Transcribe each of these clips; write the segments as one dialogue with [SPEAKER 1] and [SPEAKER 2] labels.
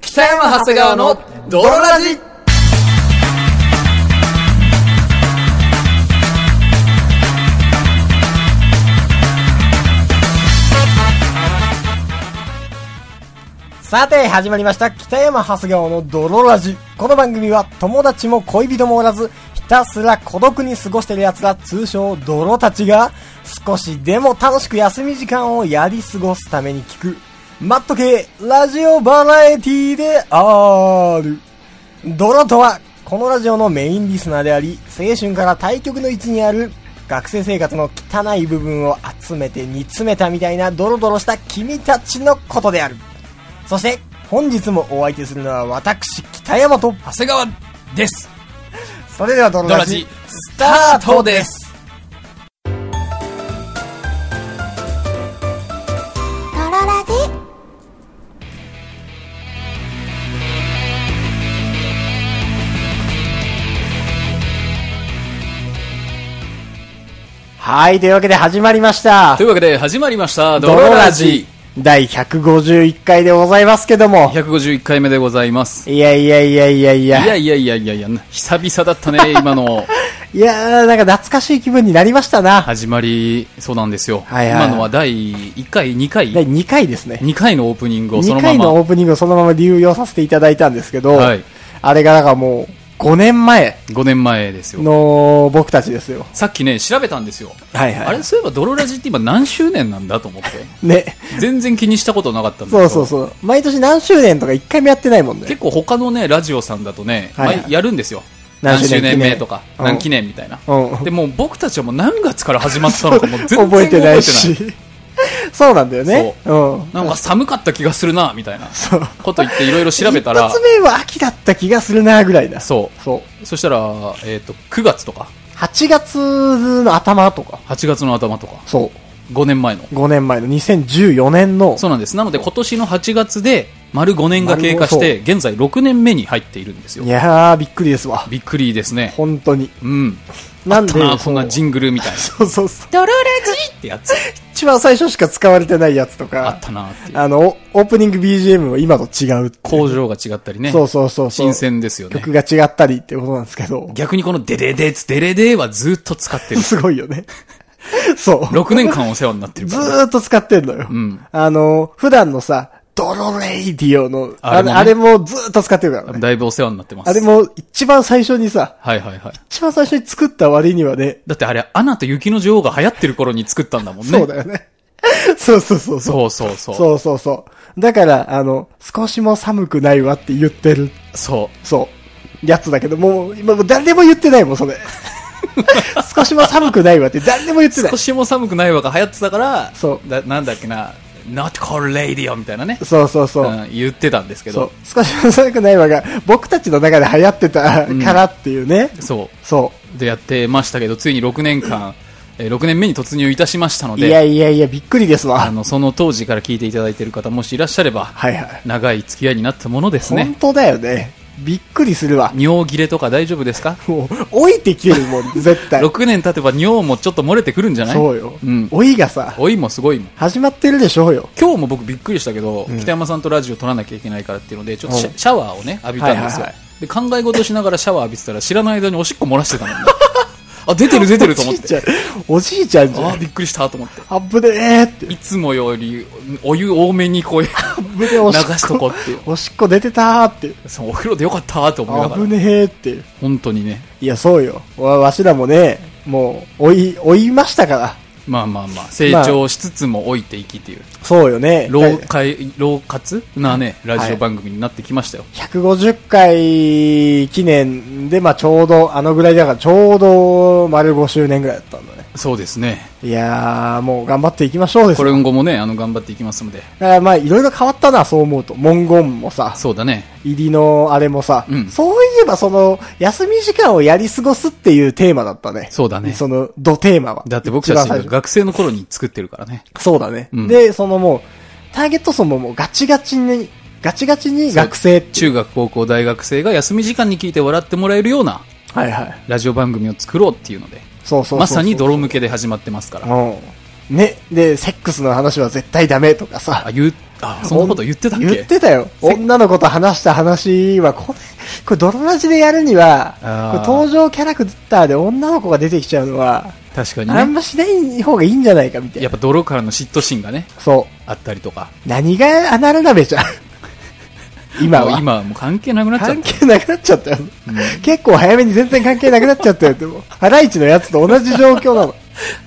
[SPEAKER 1] 北山長谷川の泥ラジ
[SPEAKER 2] さて、始まりました。北山長谷川の泥ラジ。この番組は、友達も恋人もおらず、ひたすら孤独に過ごしてる奴ら、通称泥たちが、少しでも楽しく休み時間をやり過ごすために聞く、マット系ラジオバラエティである。泥とは、このラジオのメインリスナーであり、青春から対極の位置にある、学生生活の汚い部分を集めて煮詰めたみたいなドロドロした君たちのことである。そして、本日もお相手するのは私、北山と、
[SPEAKER 1] 長谷川です
[SPEAKER 2] それではドロ
[SPEAKER 1] 泥
[SPEAKER 2] ラ
[SPEAKER 1] ラ
[SPEAKER 2] ジ
[SPEAKER 1] ジ、スタートです
[SPEAKER 3] ドロラジ
[SPEAKER 2] はい、というわけで始まりました
[SPEAKER 1] とい。うわけで始まりました
[SPEAKER 2] ド
[SPEAKER 1] 泥
[SPEAKER 2] ロ
[SPEAKER 1] ラジ。
[SPEAKER 2] 第151回でございますけども。
[SPEAKER 1] 151回目でございます
[SPEAKER 2] いやいやいやいやい
[SPEAKER 1] い
[SPEAKER 2] や。い
[SPEAKER 1] や
[SPEAKER 2] や
[SPEAKER 1] いやいやいやいや久々だった ね今の
[SPEAKER 2] ー、なんか懐かしい気分になりましたな。
[SPEAKER 1] 始まりそうなんですよ、
[SPEAKER 2] はいはい
[SPEAKER 1] 今のは第1回2回
[SPEAKER 2] 第2回ですね。
[SPEAKER 1] 2回のオープニングをそのま
[SPEAKER 2] 2回の
[SPEAKER 1] ま
[SPEAKER 2] オープニングをそのまま流用させていただいたんですけど、
[SPEAKER 1] はい
[SPEAKER 2] あれがなんかもう、5年前
[SPEAKER 1] 5年前ですよ
[SPEAKER 2] の僕たちですよ。
[SPEAKER 1] さっきね調べたんですよ
[SPEAKER 2] はい
[SPEAKER 1] あれそういえば泥ラジって今何周年なんだと思って
[SPEAKER 2] ね。
[SPEAKER 1] 全然気にしたことなかったんだけ
[SPEAKER 2] そ
[SPEAKER 1] ど
[SPEAKER 2] うそうそう。毎年何周年とか1回もやってないもんね。
[SPEAKER 1] 結構他のねラジオさんだとね、
[SPEAKER 2] はいはい
[SPEAKER 1] まあやるんですよ何
[SPEAKER 2] 何
[SPEAKER 1] 周
[SPEAKER 2] 周
[SPEAKER 1] 年
[SPEAKER 2] 年
[SPEAKER 1] 目とか
[SPEAKER 2] うん
[SPEAKER 1] 何記念みたいな、
[SPEAKER 2] うん
[SPEAKER 1] でもう僕たちはもう何月から始まったのかもう全然
[SPEAKER 2] 覚えてな
[SPEAKER 1] 覚
[SPEAKER 2] い
[SPEAKER 1] え
[SPEAKER 2] し。そうなんだよね。うん。
[SPEAKER 1] てないなんか寒かった気がするなみたいな
[SPEAKER 2] そう。
[SPEAKER 1] こと言っていろいろ調べた ら
[SPEAKER 2] 一発目は秋だった気がするな、ぐらいだ。
[SPEAKER 1] そう
[SPEAKER 2] そう。
[SPEAKER 1] そしたら、えっと9月とか
[SPEAKER 2] 8月の頭とか。
[SPEAKER 1] 8月の頭とか
[SPEAKER 2] そ
[SPEAKER 1] 5年前の
[SPEAKER 2] う。5年前の2014年の。
[SPEAKER 1] そうなんですなので今年の8月で丸5年が経過して現在6年目に入っているんですよ
[SPEAKER 2] いやー、びっくりですわ。
[SPEAKER 1] びっくりですね
[SPEAKER 2] 本当に。
[SPEAKER 1] うん
[SPEAKER 2] なんで
[SPEAKER 1] たな、
[SPEAKER 2] そ
[SPEAKER 1] こん
[SPEAKER 2] の
[SPEAKER 1] なジングルみたいな。
[SPEAKER 2] そうそうそう。
[SPEAKER 1] ドロラジってやつ。
[SPEAKER 2] 一番最初しか使われてないやつと
[SPEAKER 1] あ
[SPEAKER 2] か
[SPEAKER 1] っ。たなっていう。
[SPEAKER 2] あの、オープニング BGM は今と違うっていう
[SPEAKER 1] 工場が違ったりね。
[SPEAKER 2] そうそうそうそう
[SPEAKER 1] 新鮮ですよね。
[SPEAKER 2] 曲が違ったりってことなんですけど。。
[SPEAKER 1] 逆にこのデレデツデレデーはずっと使ってる
[SPEAKER 2] すごいよね。そう。
[SPEAKER 1] 6年間お世話になってる
[SPEAKER 2] ず
[SPEAKER 1] からね、
[SPEAKER 2] ーっと使ってんのよ。
[SPEAKER 1] ん
[SPEAKER 2] あの、普段のさ、ドロレイディオの、
[SPEAKER 1] あれ
[SPEAKER 2] あ
[SPEAKER 1] も
[SPEAKER 2] れ
[SPEAKER 1] ね
[SPEAKER 2] あれもずーっと使ってるからね。
[SPEAKER 1] だいぶお世話になってます。
[SPEAKER 2] あれも一番最初にさ、
[SPEAKER 1] はいはいはい。
[SPEAKER 2] 一番最初に作った割にはね、
[SPEAKER 1] だってあれ、アナと雪の女王が流行ってる頃に作ったんだもんね。
[SPEAKER 2] そうだよね。 そうそうそうそう。
[SPEAKER 1] そうそうそう。そう。
[SPEAKER 2] そうそうそう。だから、あの、少しも寒くないわって言ってる、そう、やつだけど、もう、今もう誰でも言ってないもん、それ。少しも寒くないわって誰でも言ってない
[SPEAKER 1] 少。しも寒くないわが流行ってたから、
[SPEAKER 2] そう
[SPEAKER 1] だなんだっけな、not call radio みたいなね。
[SPEAKER 2] そうそうそう。
[SPEAKER 1] うん言ってたんですけ
[SPEAKER 2] そ
[SPEAKER 1] ど
[SPEAKER 2] う。。少しも寒くないわが、僕たちの中で流行ってたからっていうね。
[SPEAKER 1] そう。
[SPEAKER 2] そ
[SPEAKER 1] でやってましたけど、ついに6年間、えー6年目に突入いたしましたの
[SPEAKER 2] う。いや
[SPEAKER 1] で、
[SPEAKER 2] いやいや、びっくりです
[SPEAKER 1] あ
[SPEAKER 2] わ。
[SPEAKER 1] の、その当時から聞いていただいている方もしいらっしゃれば、
[SPEAKER 2] はいはい。
[SPEAKER 1] 長い付き合いになったものです
[SPEAKER 2] 本
[SPEAKER 1] ね。
[SPEAKER 2] 当だよね。びっくりするわ。
[SPEAKER 1] 尿切れとか大丈夫ですか
[SPEAKER 2] もう、老いてきてるもん、絶対。
[SPEAKER 1] ?6 年経てば尿もちょっと漏れてくるんじゃない
[SPEAKER 2] そうよ
[SPEAKER 1] うん。。
[SPEAKER 2] 老いがさ、
[SPEAKER 1] 老いもすごいもん。
[SPEAKER 2] 始まってるでしょうよ。
[SPEAKER 1] 今日も僕びっくりしたけど、北山さんとラジオ撮らなきゃいけないからっていうので、ちょっとシャ,、シャワーをね、浴びたんですよ。
[SPEAKER 2] はいはいは
[SPEAKER 1] で、考え事しながらシャワー浴びてたら知らない間におしっこ漏らしてたもんね。あ、出てる出てると思っ
[SPEAKER 2] おじいち
[SPEAKER 1] て。
[SPEAKER 2] ゃん、おじいちゃんじゃ
[SPEAKER 1] あー
[SPEAKER 2] ん。
[SPEAKER 1] びっくりしたと思って。
[SPEAKER 2] あぶねえって。
[SPEAKER 1] いつもよりお湯多めにこう流
[SPEAKER 2] ぶねえおしっこ
[SPEAKER 1] しとこうっていう。
[SPEAKER 2] おしっこ出てたーって。
[SPEAKER 1] そのお風呂でよかったーって思いな
[SPEAKER 2] あ
[SPEAKER 1] が
[SPEAKER 2] ぶ
[SPEAKER 1] ら。
[SPEAKER 2] ねえって。
[SPEAKER 1] 本当にね。
[SPEAKER 2] いや、そうよ。わ、わしらもね、もう、老い、老いましたから。
[SPEAKER 1] まあまあまあ、成長しつつも老いていきっていう。
[SPEAKER 2] そうよね。
[SPEAKER 1] 老会、老活なね、ラジオ番組になってきましたよ。
[SPEAKER 2] 150回記念で、まあちょうど、あのぐらいだから、ちょうど丸5周年ぐらいだったんだね。
[SPEAKER 1] そうですね。
[SPEAKER 2] いやー、もう頑張っていきましょうです
[SPEAKER 1] こ
[SPEAKER 2] よ。
[SPEAKER 1] れ今後もね、あの、頑張っていきますので。
[SPEAKER 2] だからまあいろいろ変わったな、そう思うと。文言もさ、
[SPEAKER 1] そうだね。
[SPEAKER 2] 入りのあれもさ、
[SPEAKER 1] うん
[SPEAKER 2] そういえばその、休み時間をやり過ごすっていうテーマだったね。
[SPEAKER 1] そうだね
[SPEAKER 2] その、ドテーマは。
[SPEAKER 1] だって僕たち
[SPEAKER 2] 一番
[SPEAKER 1] が
[SPEAKER 2] 最初
[SPEAKER 1] 学生の頃に作ってるからね。
[SPEAKER 2] そうだね、
[SPEAKER 1] うん
[SPEAKER 2] で、そのもう、ターゲット層ももうガチガチに、ガチガチに学生っていう。
[SPEAKER 1] 中学、高校、大学生が休み時間に聞いて笑ってもらえるような
[SPEAKER 2] はいはい。
[SPEAKER 1] ラジオ番組を作ろうっていうので、
[SPEAKER 2] そうそうそうそう
[SPEAKER 1] まさに泥向けで始まってますから。
[SPEAKER 2] うん。ね、で、セックスの話は絶対ダメとかさ
[SPEAKER 1] あ、言っあそんなこと言ってたっけ
[SPEAKER 2] 言ってたよ。女の子と話した話は、これ、これ、泥ラジでやるには、
[SPEAKER 1] あー
[SPEAKER 2] これ登場キャラクターで女の子が出てきちゃうのは、
[SPEAKER 1] 確かに
[SPEAKER 2] あん
[SPEAKER 1] ね
[SPEAKER 2] ましない方がいいんじゃないか、みたい
[SPEAKER 1] や
[SPEAKER 2] な
[SPEAKER 1] っ。ぱ泥からの嫉妬心がね
[SPEAKER 2] そ
[SPEAKER 1] あったりとか
[SPEAKER 2] う。何がアナル鍋じゃん。今
[SPEAKER 1] もう
[SPEAKER 2] は。
[SPEAKER 1] 今はもう関係なくなっちゃっ
[SPEAKER 2] 関係なくなっちゃったよ。結構早めに全然関係なくなっちゃったよ。でも、ハライチのやつと同じ状況なの。
[SPEAKER 1] た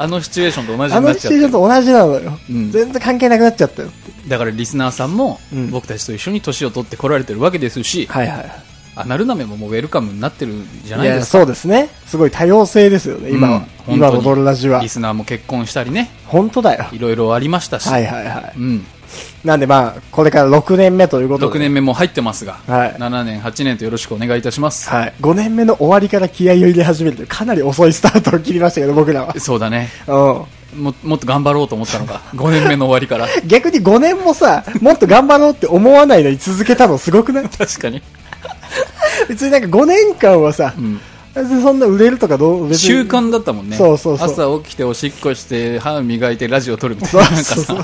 [SPEAKER 1] あのシチュエーション と同じ
[SPEAKER 2] あ
[SPEAKER 1] になっ
[SPEAKER 2] の
[SPEAKER 1] ち
[SPEAKER 2] シ
[SPEAKER 1] ゃ
[SPEAKER 2] チュエーション
[SPEAKER 1] っ
[SPEAKER 2] と同じなのよ。
[SPEAKER 1] うん
[SPEAKER 2] 全然関係なくなっちゃったよ。
[SPEAKER 1] てだからリスナーさんも
[SPEAKER 2] うん
[SPEAKER 1] 僕たちと一緒に年を取ってこられてるわけですし、
[SPEAKER 2] はいはい。
[SPEAKER 1] アナルナメももうウェルカムになってるじゃない
[SPEAKER 2] や
[SPEAKER 1] ですか
[SPEAKER 2] そうですね。すごい多様性ですよね、今は。
[SPEAKER 1] うん
[SPEAKER 2] 今
[SPEAKER 1] 本当
[SPEAKER 2] の
[SPEAKER 1] に
[SPEAKER 2] ドルラジは
[SPEAKER 1] リ。スナーも結婚したりね
[SPEAKER 2] 本当だよ。
[SPEAKER 1] いろいろありましたし、
[SPEAKER 2] はいはいは
[SPEAKER 1] うん、
[SPEAKER 2] い。なんでまあ、これから6年目ということで。
[SPEAKER 1] 6年目も入ってますが、
[SPEAKER 2] はい
[SPEAKER 1] 7年8年とよろしくお願いいたします、
[SPEAKER 2] はい。5年目の終わりから気合を入れ始めるというかなり遅いスタートを切りましたけど、僕ら
[SPEAKER 1] そうだね
[SPEAKER 2] は。
[SPEAKER 1] ももっと頑張ろうと思ったの が5年目の終わりから
[SPEAKER 2] うん。逆に5年もさ、もっと頑張ろうって思わないのに続けたのすごくない
[SPEAKER 1] 確かに、
[SPEAKER 2] 別になんか5年間はさ
[SPEAKER 1] う、ん、
[SPEAKER 2] 別にそんな売れるとかどう、別に。
[SPEAKER 1] 習慣だったもんね
[SPEAKER 2] そうそうそう
[SPEAKER 1] 朝起きておしっこして歯磨いてラジオ撮るみたい
[SPEAKER 2] そう
[SPEAKER 1] ななんか
[SPEAKER 2] そう
[SPEAKER 1] さ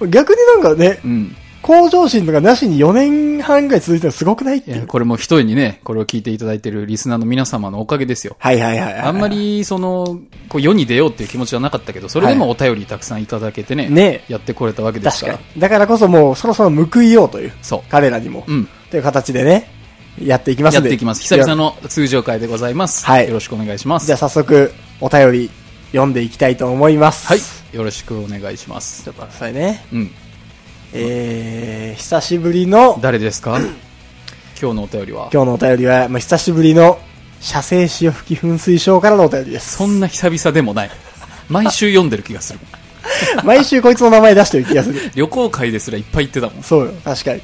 [SPEAKER 2] そう。逆になんかね
[SPEAKER 1] う、ん
[SPEAKER 2] 向上心とかなしに4年半ぐらい続いたのすごくないって
[SPEAKER 1] い
[SPEAKER 2] い
[SPEAKER 1] や
[SPEAKER 2] う。
[SPEAKER 1] これも一重にねこれを聞いていただいてるリスナーの皆様のおかげですよ
[SPEAKER 2] はいはいはいはい。
[SPEAKER 1] あんまり、その、こう世に出ようっていう気持ちはなかったけど、それでもお便りたくさんいただけてね、
[SPEAKER 2] ね
[SPEAKER 1] やってこれたわけですか
[SPEAKER 2] 確
[SPEAKER 1] ら。
[SPEAKER 2] かに。だからこそもうそろそろ報いようという。
[SPEAKER 1] そう
[SPEAKER 2] 彼らにも。
[SPEAKER 1] うん
[SPEAKER 2] という形でね、やっていきます
[SPEAKER 1] やっ
[SPEAKER 2] んで。
[SPEAKER 1] ていきます。久々
[SPEAKER 2] の。
[SPEAKER 1] の通常会でございます。
[SPEAKER 2] はい
[SPEAKER 1] よろしくお願いします。
[SPEAKER 2] じゃあ早速、お便り読んでいきたいと思います。
[SPEAKER 1] はい
[SPEAKER 2] ち。
[SPEAKER 1] よろしくお願いします。
[SPEAKER 2] ょっと待ってくださいね。
[SPEAKER 1] うん。
[SPEAKER 2] えー、久しぶりの、
[SPEAKER 1] 誰ですか今日のお便りは。
[SPEAKER 2] 今日のお便りは、まあ、久しぶりの、射精潮吹き噴水症からのお便りです。
[SPEAKER 1] そんな久々でもない。毎週読んでる気がする。
[SPEAKER 2] 毎週こいつの名前出してる気がする。
[SPEAKER 1] 旅行会ですらいっぱい言ってたもん。
[SPEAKER 2] そうよ、確かに。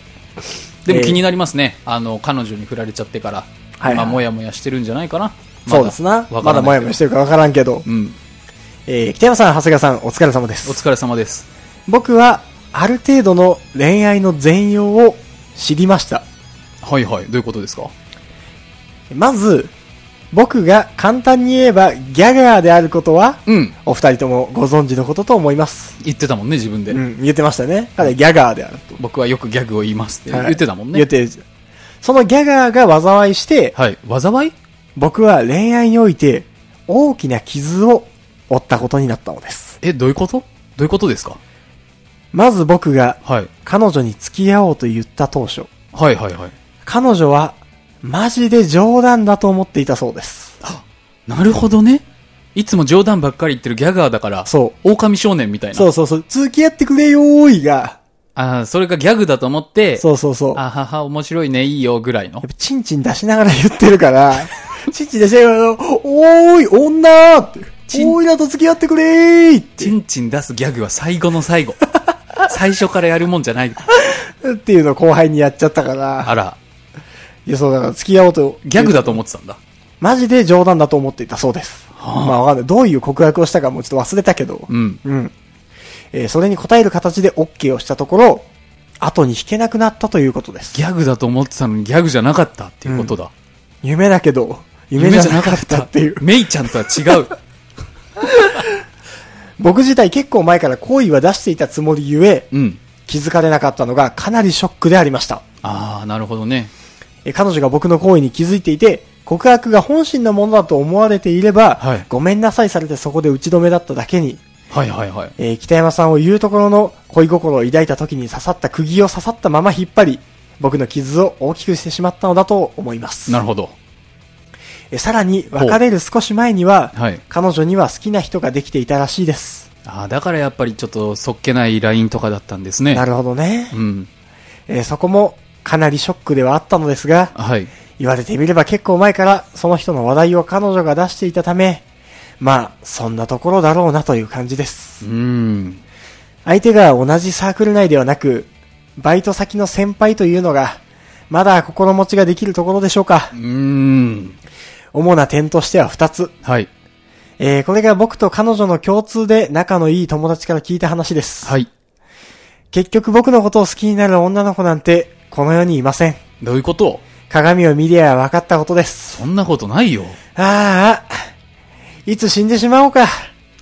[SPEAKER 1] でも
[SPEAKER 2] えー
[SPEAKER 1] 気になりますね。あの、彼女に振られちゃってから、
[SPEAKER 2] はいはい
[SPEAKER 1] まあ、もやもやしてるんじゃないかな。
[SPEAKER 2] そうですな。
[SPEAKER 1] わ
[SPEAKER 2] ま
[SPEAKER 1] からな
[SPEAKER 2] だも
[SPEAKER 1] いけ
[SPEAKER 2] や
[SPEAKER 1] ど
[SPEAKER 2] もやしてるかわからんけど。
[SPEAKER 1] うん。
[SPEAKER 2] えー、北山さん、長谷川さん、お疲れ様で
[SPEAKER 1] お
[SPEAKER 2] す。
[SPEAKER 1] 疲れ様です。
[SPEAKER 2] 僕はある程度の恋愛の全容を知りました
[SPEAKER 1] はいはい。どういうことですか
[SPEAKER 2] まず僕が簡単に言えばギャガーであることは、
[SPEAKER 1] うん。
[SPEAKER 2] お二人ともご存知のことと思います、
[SPEAKER 1] 言ってたもんね、自分で。
[SPEAKER 2] うん、言ってましたね彼はギャガーであると、
[SPEAKER 1] 僕はよくギャグを言いますって
[SPEAKER 2] はい
[SPEAKER 1] 言ってたもんね。
[SPEAKER 2] 言ってそのギャガーが災いして、
[SPEAKER 1] はい。災い
[SPEAKER 2] 僕は恋愛において大きな傷を負ったことになったのです
[SPEAKER 1] え、どういうことどういうことですか
[SPEAKER 2] まず僕が
[SPEAKER 1] はい。
[SPEAKER 2] 彼女に付き合おうと言った当初
[SPEAKER 1] はいはいはい。
[SPEAKER 2] 彼女はマジで冗談だと思っていたそうです
[SPEAKER 1] なるほどね。いつも冗談ばっかり言ってるギャガーだから、。
[SPEAKER 2] そう
[SPEAKER 1] 狼少年みたいな。
[SPEAKER 2] そうそうそう。付き合ってくれよーいが。
[SPEAKER 1] ああ、それがギャグだと思って、
[SPEAKER 2] そうそうそう。やっ
[SPEAKER 1] あはは、面白いね、いいよ、ぐらいの
[SPEAKER 2] ぱ。チンチン出しながら言って るから、チンチン出しながら、おーい、女ーって。
[SPEAKER 1] チン
[SPEAKER 2] おーいらと付き合ってくれーいっ
[SPEAKER 1] チンチン出すギャグは最後の最 後。最初からやるもんじゃない。
[SPEAKER 2] て。っていうのを後輩にやっちゃったから。
[SPEAKER 1] あら、
[SPEAKER 2] いや、そうだから付き合おうと。
[SPEAKER 1] ギャグだと思ってたんだ。
[SPEAKER 2] マジで冗談だと思っていたそうです。まあわかんない。どういう告白をしたかもちょっと忘れたけど。
[SPEAKER 1] うん。
[SPEAKER 2] うん。えーそれに答える形で OK をしたところ、後に引けなくなったということです。
[SPEAKER 1] ギャグだと思ってたのにギャグじゃなかったっていうことだ。
[SPEAKER 2] 夢だけど、夢
[SPEAKER 1] 夢
[SPEAKER 2] じ
[SPEAKER 1] じ
[SPEAKER 2] ゃ
[SPEAKER 1] ゃ
[SPEAKER 2] な
[SPEAKER 1] な
[SPEAKER 2] か
[SPEAKER 1] か
[SPEAKER 2] っ
[SPEAKER 1] ったた
[SPEAKER 2] っ
[SPEAKER 1] ってて
[SPEAKER 2] い
[SPEAKER 1] いうう。メイちゃんとは違う。
[SPEAKER 2] 僕自体結構前から好意は出していたつもりゆえ、
[SPEAKER 1] うん。
[SPEAKER 2] 気づかれなかったのがかなりショックでありました。
[SPEAKER 1] ああ、なるほどね。
[SPEAKER 2] え彼女が僕の好意に気づいていて、告白が本心のものだと思われていれば、
[SPEAKER 1] はい
[SPEAKER 2] ごめんなさいされてそこで打ち止めだっただけに、
[SPEAKER 1] はいはいはい。
[SPEAKER 2] えー北山さんを言うところの恋心を抱いた時に刺さった釘を刺さったまま引っ張り、僕の傷を大きくしてしまったのだと思います。
[SPEAKER 1] なるほど。
[SPEAKER 2] えさらに、別れる少し前には、
[SPEAKER 1] はい
[SPEAKER 2] 彼女には好きな人ができていたらしいです。
[SPEAKER 1] ああ、だからやっぱりちょっとそっけないラインとかだったんですね。
[SPEAKER 2] なるほどね。
[SPEAKER 1] うん。
[SPEAKER 2] えーそこもかなりショックではあったのですが、
[SPEAKER 1] はい。
[SPEAKER 2] 言われてみれば結構前からその人の話題を彼女が出していたため、まあ、そんなところだろうなという感じで
[SPEAKER 1] う
[SPEAKER 2] す。
[SPEAKER 1] ーん。
[SPEAKER 2] 相手が同じサークル内ではなく、バイト先の先輩というのが、まだ心持ちができるところでしょうか
[SPEAKER 1] う。ーん。
[SPEAKER 2] 主な点としては2つ。
[SPEAKER 1] はい。
[SPEAKER 2] えーこれが僕と彼女の共通で仲のいい友達から聞いた話です。
[SPEAKER 1] はい。
[SPEAKER 2] 結局僕のことを好きになる女の子なんて、この世にいません。
[SPEAKER 1] どういうこと
[SPEAKER 2] 鏡を見りゃ分かったことです。
[SPEAKER 1] そんなことないよ。
[SPEAKER 2] ああ、いつ死んでしまおうか。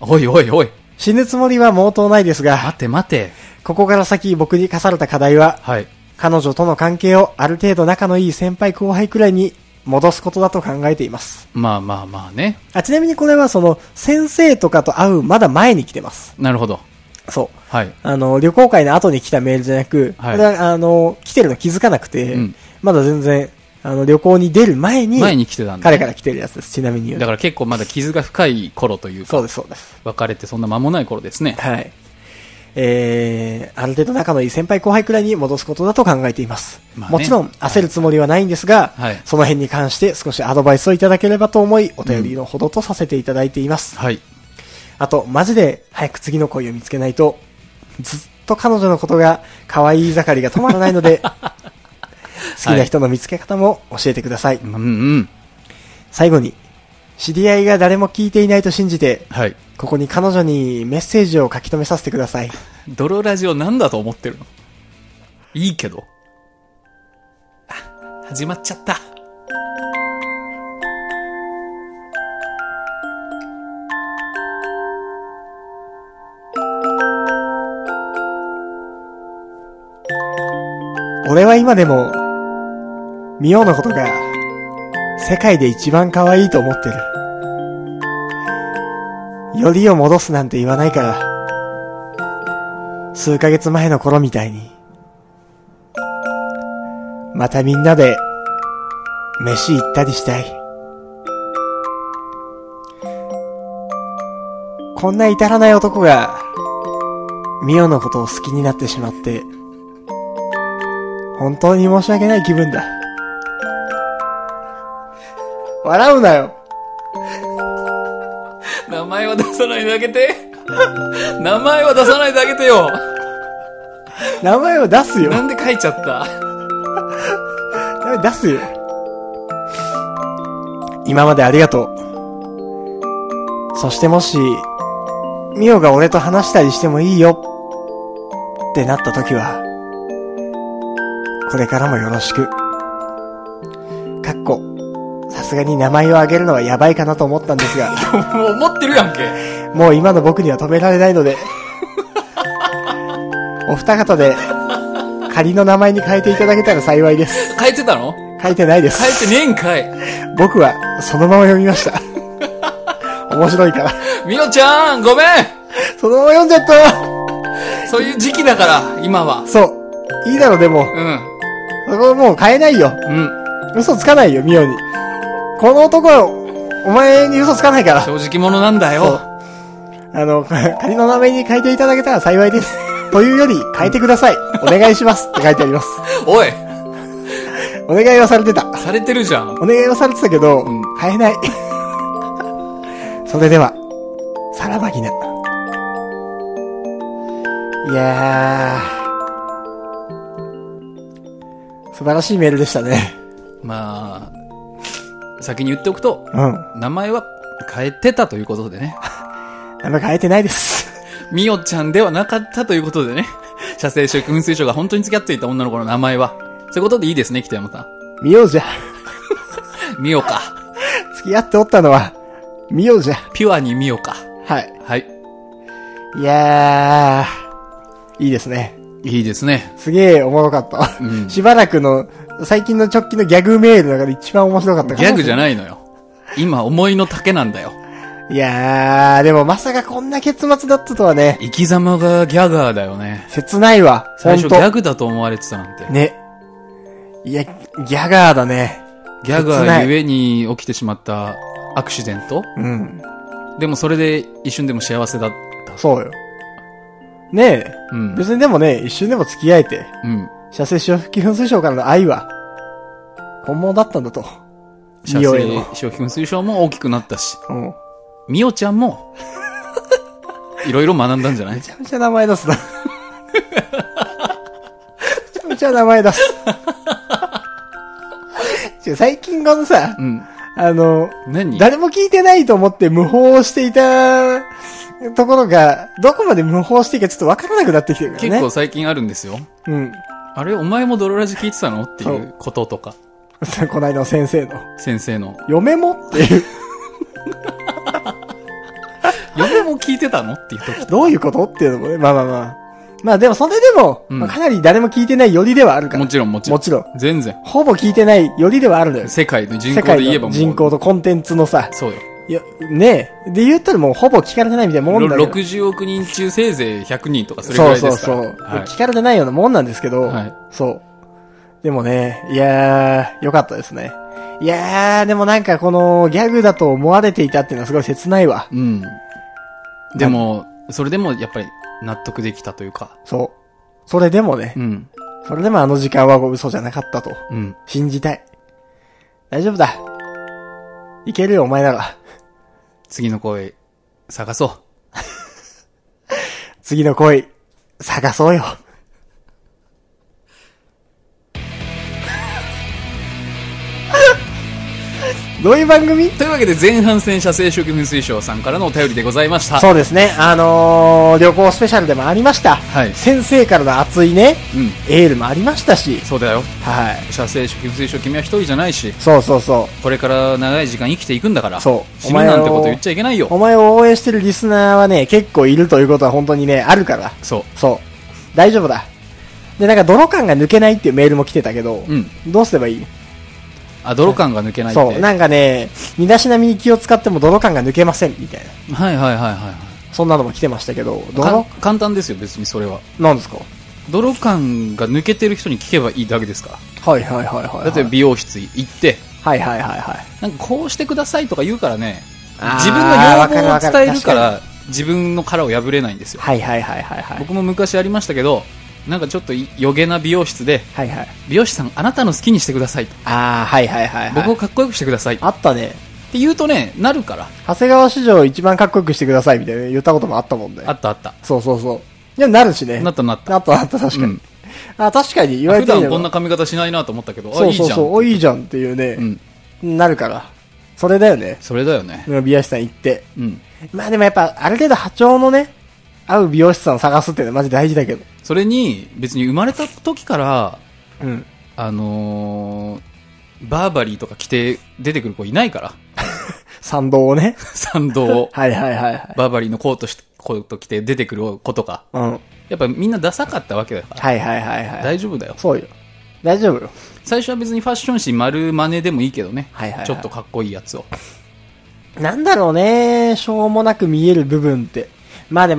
[SPEAKER 1] おいおいおい。
[SPEAKER 2] 死ぬつもりは毛頭ないですが、
[SPEAKER 1] 待て待て。
[SPEAKER 2] ここから先僕に課された課題は、
[SPEAKER 1] はい。
[SPEAKER 2] 彼女との関係をある程度仲のいい先輩後輩くらいに戻すことだと考えています。
[SPEAKER 1] まあまあまあね。
[SPEAKER 2] あちなみにこれはその、先生とかと会うまだ前に来てます。
[SPEAKER 1] なるほど。
[SPEAKER 2] そう。
[SPEAKER 1] はい。
[SPEAKER 2] あの、旅行会の後に来たメールじゃなく、
[SPEAKER 1] はい
[SPEAKER 2] これはあの、来てるの気づかなくて、
[SPEAKER 1] うん
[SPEAKER 2] まだ全然、あの、旅行に出る前に、
[SPEAKER 1] 前に来てたんで。
[SPEAKER 2] 彼から来てるやつです、ちなみに言う
[SPEAKER 1] だ
[SPEAKER 2] と。
[SPEAKER 1] から結構まだ傷が深い頃というか、
[SPEAKER 2] そうです、そうです。
[SPEAKER 1] 別れてそんな間もない頃ですね。
[SPEAKER 2] はい。えー、ある程度仲のいい先輩後輩くらいに戻すことだと考えています。
[SPEAKER 1] まあね
[SPEAKER 2] もちろん焦るつもりはないんですが、
[SPEAKER 1] はい
[SPEAKER 2] その辺に関して少しアドバイスをいただければと思い、お便りのほどとさせていただいています。
[SPEAKER 1] はい。
[SPEAKER 2] あと、マジで早く次の恋を見つけないと、ずっと彼女のことが可愛い盛りが止まらないの で、好きな人の見つけ方も教えてください。
[SPEAKER 1] うんうん。
[SPEAKER 2] 最後に、知り合いが誰も聞いていないと信じて、
[SPEAKER 1] はい。
[SPEAKER 2] ここに彼女にメッセージを書き留めさせてください。
[SPEAKER 1] ドロラジオなんだと思ってるのいいけど。あ、始まっちゃった。
[SPEAKER 2] 俺は今でも、ミオのことが、世界で一番可愛いと思ってる。よりを戻すなんて言わないから、数ヶ月前の頃みたいに、またみんなで、飯行ったりしたい。こんな至らない男が、ミオのことを好きになってしまって、本当に申し訳ない気分だ。笑うなよ。
[SPEAKER 1] 名前は出さないであげて。名前は出さないであげてよ。
[SPEAKER 2] 名前を出すよ。
[SPEAKER 1] なんで書いちゃった
[SPEAKER 2] 名前出すよ。今までありがとう。そしてもし、ミオが俺と話したりしてもいいよ。ってなった時は、これからもよろしく。かっこ、さすがに名前を挙げるのはやばいかなと思ったんですが。
[SPEAKER 1] もう思ってるやんけ。
[SPEAKER 2] もう今の僕には止められない ので、お二方で仮の名前に変えていただけたら幸いです。
[SPEAKER 1] 書いてたの
[SPEAKER 2] 変えてないで
[SPEAKER 1] 書い
[SPEAKER 2] す。
[SPEAKER 1] てねえんかい。
[SPEAKER 2] 僕はそのまま読みました。 面白いから。
[SPEAKER 1] みのちゃん、ごめん
[SPEAKER 2] そのまま読んじゃった
[SPEAKER 1] そういう時期だから、今は。
[SPEAKER 2] そう。いいだろ、でも。
[SPEAKER 1] うん。
[SPEAKER 2] そこもう変えないよ。
[SPEAKER 1] うん。
[SPEAKER 2] 嘘つかないよ、ミオに。この男は、お前に嘘つかないから。
[SPEAKER 1] 正直者なんだ
[SPEAKER 2] そう
[SPEAKER 1] よ。
[SPEAKER 2] あの、 仮の名前に変えていただけたら幸いです。というより、変えてください。お願いします。って書いてあります。
[SPEAKER 1] おい、
[SPEAKER 2] お願いはされてた。
[SPEAKER 1] されてるじゃん。
[SPEAKER 2] お願いはされてたけど、
[SPEAKER 1] ん
[SPEAKER 2] 買えない。それでは、さらばきな。いやー。素晴らしいメールでしたね。
[SPEAKER 1] まあ、先に言っておくと、
[SPEAKER 2] うん。
[SPEAKER 1] 名前は変えてたということでね。
[SPEAKER 2] 名前変えてないです。
[SPEAKER 1] みおちゃんではなかったということでね。 射精所、噴水所が本当に付き合っていた女の子の名前は。そういうことでいいですね、北山さ
[SPEAKER 2] みようじゃ。
[SPEAKER 1] ん。みおか。
[SPEAKER 2] 付き合っておったのは、みようじゃ。
[SPEAKER 1] ピュアにみおか。
[SPEAKER 2] はい。
[SPEAKER 1] はい。
[SPEAKER 2] いやー。いいですね。
[SPEAKER 1] いいですね。
[SPEAKER 2] すげえおもろかった。
[SPEAKER 1] うん
[SPEAKER 2] しばらくの、最近の直近のギャグメールの中で一番面白かった
[SPEAKER 1] ギャグじゃ
[SPEAKER 2] い
[SPEAKER 1] ないのよ。今、思いの丈なんだよ。
[SPEAKER 2] いやー、でもまさかこんな結末だったとはね、
[SPEAKER 1] 生き様がギャガーだよね。
[SPEAKER 2] 切ないわ。
[SPEAKER 1] 最
[SPEAKER 2] ほ
[SPEAKER 1] 初
[SPEAKER 2] ん
[SPEAKER 1] ギャ
[SPEAKER 2] と。
[SPEAKER 1] グだと思われてたなんて。
[SPEAKER 2] ね。いや、ギャガーだね。
[SPEAKER 1] ギャガ
[SPEAKER 2] 切な
[SPEAKER 1] ー
[SPEAKER 2] い
[SPEAKER 1] ゆえに起きてしまったアクシデント
[SPEAKER 2] うん。
[SPEAKER 1] でもそれで一瞬でも幸せだった。
[SPEAKER 2] そうよ。ねえ。
[SPEAKER 1] うん。
[SPEAKER 2] 別にでもね、一瞬でも付き合えて、
[SPEAKER 1] うん。
[SPEAKER 2] 射精潮吹き噴水賞からの愛は、本物だったんだと。
[SPEAKER 1] 射
[SPEAKER 2] ミオ
[SPEAKER 1] 精
[SPEAKER 2] への、
[SPEAKER 1] 消費噴水症も大きくなったし、
[SPEAKER 2] うん。め
[SPEAKER 1] ミオちゃんも、いろいろ学んだんじゃない
[SPEAKER 2] ちゃめちゃ名前出すな。めちゃめちゃ名前出す。ちょ最近このさ
[SPEAKER 1] う、ん。
[SPEAKER 2] あの、
[SPEAKER 1] 何
[SPEAKER 2] 誰も聞いてないと思って無法をしていたところが、どこまで無法していいかちょっとわからなくなってきてるからね。
[SPEAKER 1] 結構最近あるんですよ。
[SPEAKER 2] うん。
[SPEAKER 1] あれ、お前もドロラジ聞いてたのってい
[SPEAKER 2] そう
[SPEAKER 1] こととか、
[SPEAKER 2] この間の先生の、
[SPEAKER 1] 先生の。
[SPEAKER 2] 嫁もっていう、
[SPEAKER 1] 嫁も聞いてたのっていう時。
[SPEAKER 2] どういうことっていうのもね、まあまあまあ。まあでもそれでも、
[SPEAKER 1] うん
[SPEAKER 2] まあかなり誰も聞いてないよりではあるから。
[SPEAKER 1] もちろん、もちろん。
[SPEAKER 2] もちろん。
[SPEAKER 1] 全然。
[SPEAKER 2] ほぼ聞いてないよりではあるのよ。
[SPEAKER 1] 世界の人口で
[SPEAKER 2] 世界
[SPEAKER 1] 言えばも
[SPEAKER 2] の
[SPEAKER 1] う。
[SPEAKER 2] 人口とコンテンツのさ、
[SPEAKER 1] そうよ。
[SPEAKER 2] いや、ねえ。で言ったらもうほぼ聞かれてないみたいなもんだよ。
[SPEAKER 1] 60億人中せいぜい100人とかそれぐ
[SPEAKER 2] そ
[SPEAKER 1] ら
[SPEAKER 2] う
[SPEAKER 1] いで
[SPEAKER 2] そう
[SPEAKER 1] すか
[SPEAKER 2] そ
[SPEAKER 1] ら。
[SPEAKER 2] う。聞かれてないようなもんなんですけど、
[SPEAKER 1] はい
[SPEAKER 2] そう。でもね、いやー、よかったですね。いやー、でもなんかこのギャグだと思われていたっていうのはすごい切ないわ。
[SPEAKER 1] い。うん。でも、それでもやっぱり納得できたというか。
[SPEAKER 2] そう。それでもね、
[SPEAKER 1] うん。
[SPEAKER 2] それでもあの時間は嘘じゃなかったと。
[SPEAKER 1] うん。
[SPEAKER 2] 信じたい。大丈夫だ。いけるよ、お前なら。
[SPEAKER 1] 次の声、探そ
[SPEAKER 2] 次の恋、探そうよ。 どういう番組
[SPEAKER 1] う。というわけで前半戦射精植民水晶さんからのお便りでございました。
[SPEAKER 2] そうですね、あのー、旅行スペシャルでもありました。
[SPEAKER 1] はい
[SPEAKER 2] 先生からの熱いね、
[SPEAKER 1] うん。
[SPEAKER 2] エールもありましたし、
[SPEAKER 1] そうだよ。
[SPEAKER 2] はい。
[SPEAKER 1] 射精植民水晶君は一人じゃないし、
[SPEAKER 2] そうそうそ
[SPEAKER 1] これから長い時間生きていくんだから。
[SPEAKER 2] そう。
[SPEAKER 1] 死ぬなんてこと言っちゃいけないう
[SPEAKER 2] お
[SPEAKER 1] よ。
[SPEAKER 2] 前を応援してるリスナーはね、結構いるということは本当にね、あるから。
[SPEAKER 1] そ
[SPEAKER 2] そう。大丈夫だ。で、なんか泥感が抜けないっていうメールも来てたけど、
[SPEAKER 1] う。うん。
[SPEAKER 2] どうすればいい
[SPEAKER 1] あ、泥感が抜けないって。
[SPEAKER 2] そう、なんかね、身だしなみに気を使っても泥感が抜けません、みたいな。
[SPEAKER 1] はいはいはいは
[SPEAKER 2] そんなのも来てましたけど、
[SPEAKER 1] い。かん
[SPEAKER 2] 泥、
[SPEAKER 1] 簡単ですよ、別にそれは。
[SPEAKER 2] なんですか
[SPEAKER 1] 泥感が抜けてる人に聞けばいいだけですから。
[SPEAKER 2] はいはいはいはい、はい。
[SPEAKER 1] だって美容室行って、
[SPEAKER 2] はいはいはいはい。
[SPEAKER 1] なんかこうしてくださいとか言うからね、
[SPEAKER 2] あー
[SPEAKER 1] 自分の要望
[SPEAKER 2] わか
[SPEAKER 1] を
[SPEAKER 2] るわかる
[SPEAKER 1] 伝えるから、自分の殻を破れないんですよ。
[SPEAKER 2] はいはいはいはいはい。
[SPEAKER 1] 僕も昔ありましたけど、なんかちょっと余計な美容室で、
[SPEAKER 2] はいはい。
[SPEAKER 1] 美容師さんあなたの好きにしてくださいと。
[SPEAKER 2] ああ、はいはいはい、はい。
[SPEAKER 1] 僕をかっこよくしてください。っ
[SPEAKER 2] あったね。
[SPEAKER 1] て言うとね、なるから。
[SPEAKER 2] 長谷川史上一番かっこよくしてくださいみたいな言ったこともあったもんね。
[SPEAKER 1] あったあった。
[SPEAKER 2] そうそうそう。いや、なるしね。
[SPEAKER 1] なったなった。
[SPEAKER 2] なったなった、確かに。
[SPEAKER 1] うん
[SPEAKER 2] あ、確かに言われ
[SPEAKER 1] 普
[SPEAKER 2] てみれ
[SPEAKER 1] 段
[SPEAKER 2] ば
[SPEAKER 1] こんな髪型しないなと思ったけど、あ、
[SPEAKER 2] そ
[SPEAKER 1] いうい
[SPEAKER 2] そう
[SPEAKER 1] じゃん。
[SPEAKER 2] そう、お、いいじゃんっていうね
[SPEAKER 1] う、ん。
[SPEAKER 2] なるから。それだよね。
[SPEAKER 1] それだよね。
[SPEAKER 2] 美容師さん行って。
[SPEAKER 1] うん。
[SPEAKER 2] まあでもやっぱ、ある程度波長のね、合う美容師さんを探すっていうのはマジ大事だけど。
[SPEAKER 1] それに、別に生まれた時から、
[SPEAKER 2] うん。
[SPEAKER 1] あのー、バーバリーとか着て出てくる子いない から、
[SPEAKER 2] 賛同をね。
[SPEAKER 1] 賛同を。
[SPEAKER 2] はいはいはいはい。
[SPEAKER 1] バーバリーのコートしコート着て出てくる子とか。
[SPEAKER 2] うん。はい
[SPEAKER 1] やっぱみんなダサかったわけだから。
[SPEAKER 2] はいはいはい。
[SPEAKER 1] 大丈夫だよ。
[SPEAKER 2] そうよ。大丈夫よ。
[SPEAKER 1] 最初は別にファッション誌丸真似でもいいけどね。
[SPEAKER 2] はいはいはい
[SPEAKER 1] ちょっとかっこいいやつを。
[SPEAKER 2] なんだろうね、しょうもなく見える部分って。まあで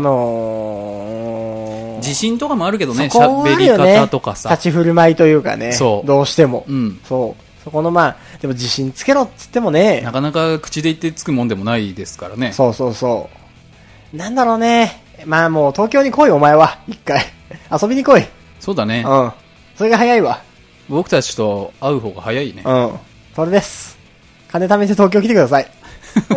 [SPEAKER 2] も、
[SPEAKER 1] 自信とかもあるけどね、
[SPEAKER 2] そこはあ
[SPEAKER 1] 喋
[SPEAKER 2] る
[SPEAKER 1] り
[SPEAKER 2] よね
[SPEAKER 1] 方とかさ
[SPEAKER 2] 立。ち振る舞いというかね。
[SPEAKER 1] そう
[SPEAKER 2] どうしても。
[SPEAKER 1] うん。
[SPEAKER 2] そう。そこのまあ、でも自信つけろっつってもね
[SPEAKER 1] な。かなか口で言ってつくもんでもないですからね。
[SPEAKER 2] そうそうそう。なんだろうね。まあもう東京に来いお前は。一回。 遊びに来い。
[SPEAKER 1] そうだね。
[SPEAKER 2] うん。それが早いわ。
[SPEAKER 1] 僕たちと会う方が早いね。
[SPEAKER 2] うん。それです。金貯めて東京来てください。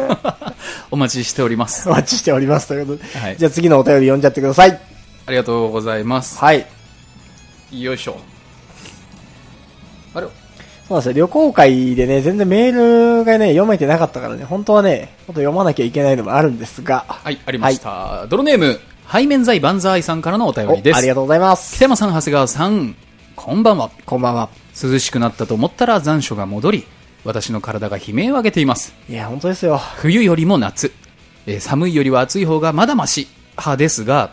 [SPEAKER 1] お待ちしております。
[SPEAKER 2] お待ちしております。ということで。
[SPEAKER 1] はい
[SPEAKER 2] じゃあ次のお便り読んじゃってください。
[SPEAKER 1] ありがとうございます。
[SPEAKER 2] はい。
[SPEAKER 1] よいしょ。あれ
[SPEAKER 2] そうなんですよ。旅行会でね、全然メールがね、読めてなかったからね、本当はね、もっと読まなきゃいけないのもあるんですが。
[SPEAKER 1] はい、ありました。泥ネーム、背面剤万歳さんからのお便りで
[SPEAKER 2] おあり
[SPEAKER 1] す
[SPEAKER 2] が。とうございます。
[SPEAKER 1] 北山さん、長谷川さん、こんばんは。
[SPEAKER 2] こんばんは。
[SPEAKER 1] 涼しくなったと思ったら残暑が戻り、私の体が悲鳴を上げています。
[SPEAKER 2] いや、本当ですよ。
[SPEAKER 1] 冬よりも夏、えー寒いよりは暑い方がまだマシ派ですが、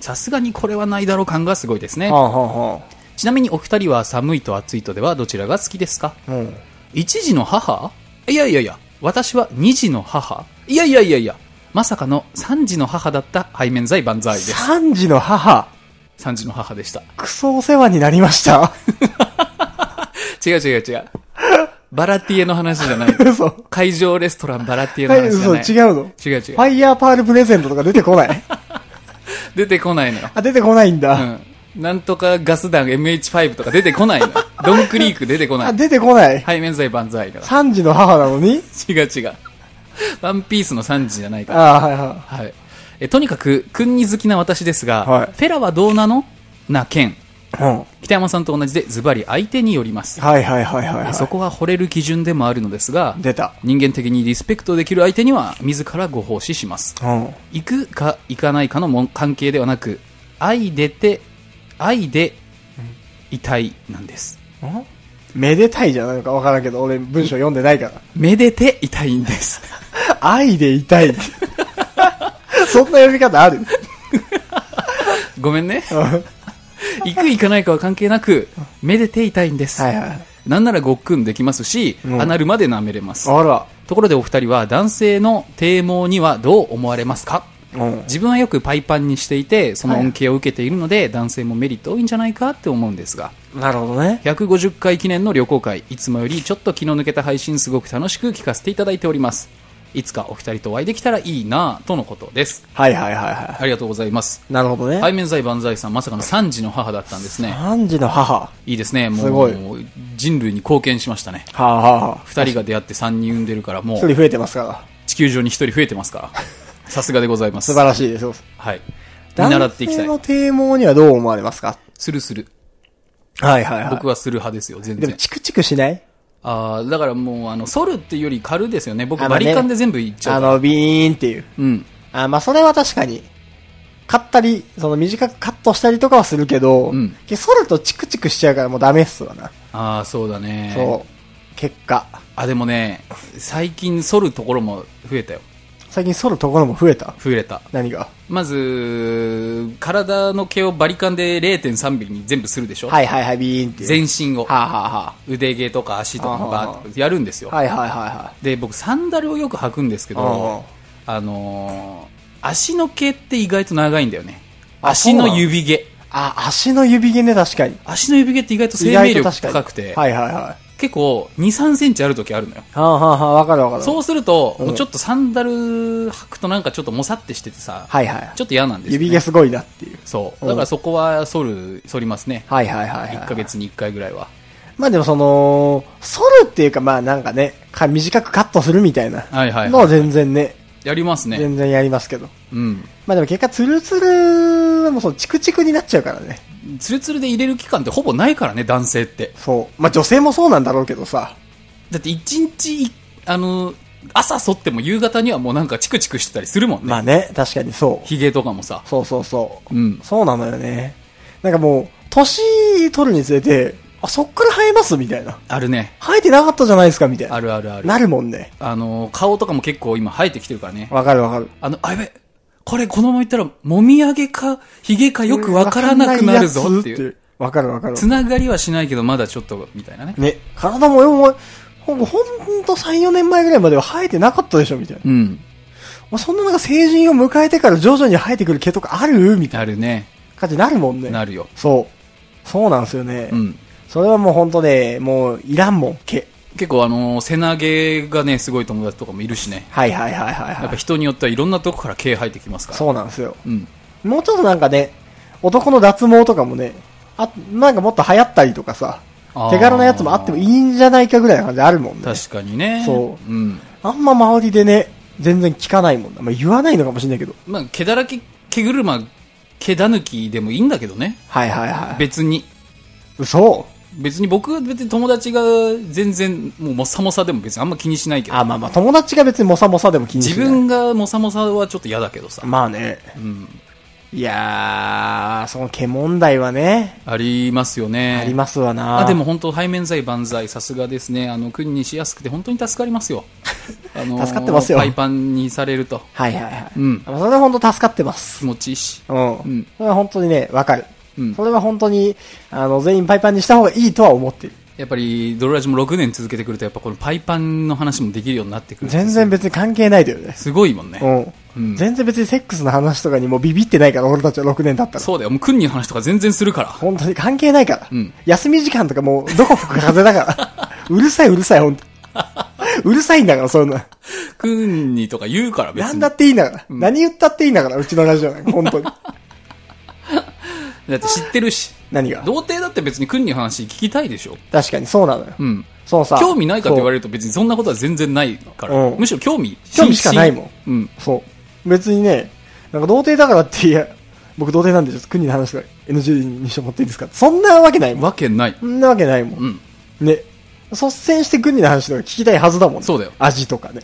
[SPEAKER 1] さすがにこれはないだろう感がすごいですね。
[SPEAKER 2] ほんほんほ
[SPEAKER 1] ちなみにお二人は寒いと暑いとではどちらが好きですか
[SPEAKER 2] ん。うん。
[SPEAKER 1] 一時の母いやいやいや、私は二時の母いやいやいやいや、まさかの三時の母だった背面剤万歳です。
[SPEAKER 2] 3時の母、
[SPEAKER 1] 三時の母でした。
[SPEAKER 2] クソお世話になりま した。
[SPEAKER 1] 違う違う違う。バラティエの話 じゃない。
[SPEAKER 2] 嘘。
[SPEAKER 1] 会場レストランバラティエの
[SPEAKER 2] はい、
[SPEAKER 1] 話じゃない。
[SPEAKER 2] 嘘、違うの。
[SPEAKER 1] 違う違う
[SPEAKER 2] ファイヤーパールプレゼントとか出てこない。
[SPEAKER 1] 出てこないのよ。
[SPEAKER 2] あ、出てこないんだ。
[SPEAKER 1] うん。なんとかガス弾 MH5 とか出てこないのよ。ドンクリーク出てこな
[SPEAKER 2] あ、
[SPEAKER 1] い。
[SPEAKER 2] 出てこない。
[SPEAKER 1] 背面剤万歳だか
[SPEAKER 2] 3時の母なのに
[SPEAKER 1] ら。違う違う。ワンピースの3時じゃないから。
[SPEAKER 2] あーはいは
[SPEAKER 1] はい。え、とにかく、君に好きな私ですが、
[SPEAKER 2] はい
[SPEAKER 1] フェラはどうなのな件。
[SPEAKER 2] い。うん。
[SPEAKER 1] 北山さんと同じでズバリ相手によります。
[SPEAKER 2] はいはいはいはい、はい。
[SPEAKER 1] そこは惚れる基準でもあるのですが、
[SPEAKER 2] 出た。
[SPEAKER 1] 人間的にリスペクトできる相手には自らご奉仕します。
[SPEAKER 2] うん。
[SPEAKER 1] 行くか行かないかのもん関係ではなく、愛でて、愛で、いたいなんです。
[SPEAKER 2] めでたいじゃないのかわからんけど、俺文章読んでないから。
[SPEAKER 1] めでていたいんです。
[SPEAKER 2] 愛でいたい。そんな呼び方ある
[SPEAKER 1] ごめんね。行く行かないかは関係なく、めでていたいんです。
[SPEAKER 2] はいはい
[SPEAKER 1] なんならごっくんできますし、
[SPEAKER 2] うん
[SPEAKER 1] アナルまで舐めれます。
[SPEAKER 2] あら。
[SPEAKER 1] ところでお二人は男性の低毛にはどう思われますか
[SPEAKER 2] うん。
[SPEAKER 1] 自分はよくパイパンにしていて、その恩恵を受けているので、男性もメリット多いんじゃないかって思うんですが、
[SPEAKER 2] なるほどね。
[SPEAKER 1] 150回記念の旅行会、いつもよりちょっと気の抜けた配信すごく楽しく聞かせていただいております。いつかお二人とお会いできたらいいなぁ、とのことです。
[SPEAKER 2] はいはいはいは
[SPEAKER 1] ありがとうございます。
[SPEAKER 2] い。なるほどね。
[SPEAKER 1] 背面剤万歳さん、まさかの3児の母だったんですね。
[SPEAKER 2] 三時の母。はい
[SPEAKER 1] いですね。もう
[SPEAKER 2] すごい
[SPEAKER 1] もう人類に貢献しましたね。
[SPEAKER 2] あはあはあ。
[SPEAKER 1] 2人が出会って3人産んでるから、も
[SPEAKER 2] 一
[SPEAKER 1] う
[SPEAKER 2] 人増えてますから。
[SPEAKER 1] 地球上に1人増えてます から。さすがでございます。
[SPEAKER 2] 素晴らしいですよ。
[SPEAKER 1] はい。見習っていきたい
[SPEAKER 2] 男。性の低毛にはどう思われますか
[SPEAKER 1] するする。
[SPEAKER 2] はいはいはい。
[SPEAKER 1] 僕はする派ですよ、全
[SPEAKER 2] でも
[SPEAKER 1] 然。
[SPEAKER 2] チクチクしない
[SPEAKER 1] ああ、だからもう、あの、剃るっていうより狩るですよね。僕、
[SPEAKER 2] あの
[SPEAKER 1] バ
[SPEAKER 2] ね
[SPEAKER 1] リカンで全部いっちゃ
[SPEAKER 2] あ
[SPEAKER 1] うから。
[SPEAKER 2] の、ビーンっていう。
[SPEAKER 1] うん。
[SPEAKER 2] あ、まあそれは確かに。買ったり、その短くカットしたりとかはするけど、
[SPEAKER 1] うん
[SPEAKER 2] 結構剃るとチクチクしちゃうからもうダメっすわな。
[SPEAKER 1] ああ、そうだね。
[SPEAKER 2] そう。結果。
[SPEAKER 1] あ、でもね、最近剃るところも増えたよ。
[SPEAKER 2] 最近剃るところも増えた。
[SPEAKER 1] 増えた。
[SPEAKER 2] 何が
[SPEAKER 1] まず、体の毛をバリカンで0.3ミリに全部するでしょ
[SPEAKER 2] はいはいはい、ビーンっていう。
[SPEAKER 1] 全身を。
[SPEAKER 2] はあ、はあは
[SPEAKER 1] 腕毛とか足とかも
[SPEAKER 2] あは
[SPEAKER 1] バ
[SPEAKER 2] は
[SPEAKER 1] ーッとやるんですよ
[SPEAKER 2] あ、。はいはいはいは
[SPEAKER 1] で、僕、サンダルをよく履くんですけど、あのー足の毛って意外と長いんだよね。
[SPEAKER 2] あそ
[SPEAKER 1] 足
[SPEAKER 2] うなの
[SPEAKER 1] の指毛。
[SPEAKER 2] い。あ、足の指毛ね、確かに。
[SPEAKER 1] 足の指毛って意外と生命力高くて、
[SPEAKER 2] はいはいはい。は
[SPEAKER 1] 結構2、3センチある時あるのよ。
[SPEAKER 2] あ、はあはあ、わかるわかる。
[SPEAKER 1] そうすると、
[SPEAKER 2] うん
[SPEAKER 1] もうちょっとサンダル履くとなんかちょっともさってしててさ、
[SPEAKER 2] はいはい。
[SPEAKER 1] ちょっと嫌なんですよ、ね。
[SPEAKER 2] 指毛すごいなっていう。
[SPEAKER 1] そう。
[SPEAKER 2] うん
[SPEAKER 1] だからそこは剃る、剃りますね。
[SPEAKER 2] はいはいはい、はい。
[SPEAKER 1] 1ヶ。月に1回ぐらいは。
[SPEAKER 2] まあでもその、剃るっていうかまあなんかね、か短くカットするみたいな。
[SPEAKER 1] はいはいはい
[SPEAKER 2] のは全然ね、
[SPEAKER 1] やりますね。
[SPEAKER 2] 全然やりますけど。
[SPEAKER 1] うん。
[SPEAKER 2] まあでも結果ツルツルはもうそのチクチクになっちゃうからね。
[SPEAKER 1] ツルツルで入れる期間ってほぼないからね、男性って。
[SPEAKER 2] そう。まあ女性もそうなんだろうけどさ。
[SPEAKER 1] だって一日い、あの、朝剃っても夕方にはもうなんかチクチクしてたりするもんね。
[SPEAKER 2] まあね、確かにそう。
[SPEAKER 1] 髭とかもさ。
[SPEAKER 2] そうそうそう。
[SPEAKER 1] うん
[SPEAKER 2] そうなのよね。なんかもう、年取るにつれて、あ、そっから生えますみたいな。
[SPEAKER 1] あるね。
[SPEAKER 2] 生えてなかったじゃないですかみたいな。
[SPEAKER 1] あるあるある。
[SPEAKER 2] なるもんね。
[SPEAKER 1] あの、顔とかも結構今生えてきてるからね。
[SPEAKER 2] わかるわかる。
[SPEAKER 1] あの、あやべ、これこのまま言ったら、もみあげか、ひげかよくわからなくなるぞって
[SPEAKER 2] わかんなや
[SPEAKER 1] い
[SPEAKER 2] つ
[SPEAKER 1] う。。
[SPEAKER 2] わかるわかる。
[SPEAKER 1] つながりはしないけど、まだちょっと、みたいなね。
[SPEAKER 2] ね、体もよも、ほんと、ほんと3、4年前ぐらいまでは生えてなかったでしょみたいな。
[SPEAKER 1] うん。
[SPEAKER 2] まあ、そんな中成人を迎えてから徐々に生えてくる毛とかあるみたい
[SPEAKER 1] なるね。
[SPEAKER 2] な感じになるもんね。
[SPEAKER 1] なるよ。
[SPEAKER 2] そう。そうなんですよね。
[SPEAKER 1] うん。
[SPEAKER 2] それはもうほんとね、もういらんもん、毛。
[SPEAKER 1] 結構あのー背投げがね、すごい友達とかもいるしね。
[SPEAKER 2] はいはいはいはい、
[SPEAKER 1] やっ
[SPEAKER 2] は
[SPEAKER 1] ぱ
[SPEAKER 2] い。
[SPEAKER 1] 人によってはいろんなとこから毛生えてきますから。
[SPEAKER 2] そうなんですよ。
[SPEAKER 1] うん。
[SPEAKER 2] もうちょっとなんかね、男の脱毛とかもね、あ、なんかもっと流行ったりとかさ
[SPEAKER 1] あー、
[SPEAKER 2] 手軽なやつもあってもいいんじゃないかぐらいな感じあるもんね。
[SPEAKER 1] 確かにね。。
[SPEAKER 2] そう
[SPEAKER 1] うん。
[SPEAKER 2] あんま周りでね、全然聞かないもんな。まあ、言わないのかもしれないけど。
[SPEAKER 1] まあ、毛だらけ、毛車、毛だぬきでもいいんだけどね。
[SPEAKER 2] はいはいはい。
[SPEAKER 1] 別に。
[SPEAKER 2] 嘘
[SPEAKER 1] 別に僕は別に友達が全然、もうもさもさでも別にあんま気にしないけど。
[SPEAKER 2] あ、まあまあ、友達が別にモサモサでも気にし
[SPEAKER 1] 自
[SPEAKER 2] ない。
[SPEAKER 1] 分がもさもさはちょっと嫌だけどさ。
[SPEAKER 2] まあね。
[SPEAKER 1] うん。
[SPEAKER 2] いやー、その毛問題はね、
[SPEAKER 1] ありますよね。
[SPEAKER 2] ありますわな。
[SPEAKER 1] あでも、本当、背面剤万歳、さすがですね。あの、国にしやすくて本当に助かります よ。あのー
[SPEAKER 2] 助かってますよ
[SPEAKER 1] パイパンにされると
[SPEAKER 2] はいはいはい。
[SPEAKER 1] うん
[SPEAKER 2] あのそれは本当助かってま
[SPEAKER 1] 気
[SPEAKER 2] す。
[SPEAKER 1] 持ちいいし。
[SPEAKER 2] うん。
[SPEAKER 1] ん
[SPEAKER 2] それは本当にね、わかる。
[SPEAKER 1] うん
[SPEAKER 2] それは本当に、あの、全員パイパンにした方がいいとは思ってる。
[SPEAKER 1] やっぱり、ドロラジも6年続けてくると、やっぱこのパイパンの話もできるようになってくる。
[SPEAKER 2] 全然別に関係ないだよね。
[SPEAKER 1] すごいもんね。
[SPEAKER 2] う
[SPEAKER 1] うん
[SPEAKER 2] ん。全然別にセックスの話とかにもうビビってないから、俺たちは6年経ったら。
[SPEAKER 1] そうだよ。もう君に話とか全然するから。
[SPEAKER 2] 本当に関係ないから。
[SPEAKER 1] うん
[SPEAKER 2] 休み時間とかもう、どこ吹く風 だから。うるさいうるさい、本当うるさいんだから、そんな。
[SPEAKER 1] 君にとか言うから別
[SPEAKER 2] なん
[SPEAKER 1] に。
[SPEAKER 2] だっていいんだから。何言ったっていいんだから、うちのラジオなんか、本当に。
[SPEAKER 1] だって知ってるし。
[SPEAKER 2] 何が
[SPEAKER 1] 童貞だって別に君に話聞きたいでしょ。
[SPEAKER 2] 確かにそうなのよ。
[SPEAKER 1] うん。
[SPEAKER 2] そうさ。
[SPEAKER 1] 興味ないかって言わ
[SPEAKER 2] れ
[SPEAKER 1] れると別にそんなことは全然ないから。
[SPEAKER 2] うん
[SPEAKER 1] むしろ興味。
[SPEAKER 2] 興味しかないもん
[SPEAKER 1] ん。うん。
[SPEAKER 2] そう。別にね、なんか童貞だからって、いや、僕童貞なんでちょっと国の話が NG にしてもらっていいですかそんなわけないもん。
[SPEAKER 1] わけない。
[SPEAKER 2] そんなわけないも。
[SPEAKER 1] うんん。
[SPEAKER 2] ね。率先して国の話とか聞きたいはずだもん、
[SPEAKER 1] そうだよ
[SPEAKER 2] 味とかね。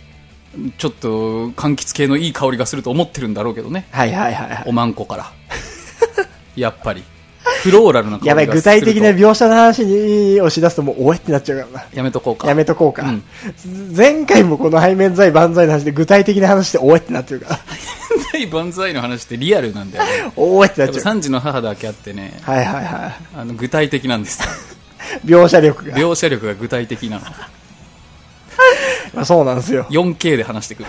[SPEAKER 1] ちょっと、柑橘系のいい香りがすると思ってるんだろうけどね。
[SPEAKER 2] はいはいはいは。
[SPEAKER 1] おまんこから。やっぱり。フローラルない香り
[SPEAKER 2] や
[SPEAKER 1] がす
[SPEAKER 2] ばい、
[SPEAKER 1] ると。
[SPEAKER 2] 具体的な描写の話に押し出すともう、おえってなっちゃうからな。
[SPEAKER 1] やめとこうか。
[SPEAKER 2] やめとこうか。
[SPEAKER 1] うん
[SPEAKER 2] 前回もこの背面剤万歳の話で具体的な話でおえってなってるから。
[SPEAKER 1] 在万歳の話ってリアルなんだよ ね。
[SPEAKER 2] 覚えて
[SPEAKER 1] や
[SPEAKER 2] た
[SPEAKER 1] っぱ
[SPEAKER 2] ちょ。
[SPEAKER 1] 3時の母だけあってね、
[SPEAKER 2] はいはいは
[SPEAKER 1] あの具体的なん ですよ。
[SPEAKER 2] い。描写力が。
[SPEAKER 1] 描写力が具体的なの。
[SPEAKER 2] まあ、そうなんですよ。
[SPEAKER 1] 4K で話してくる。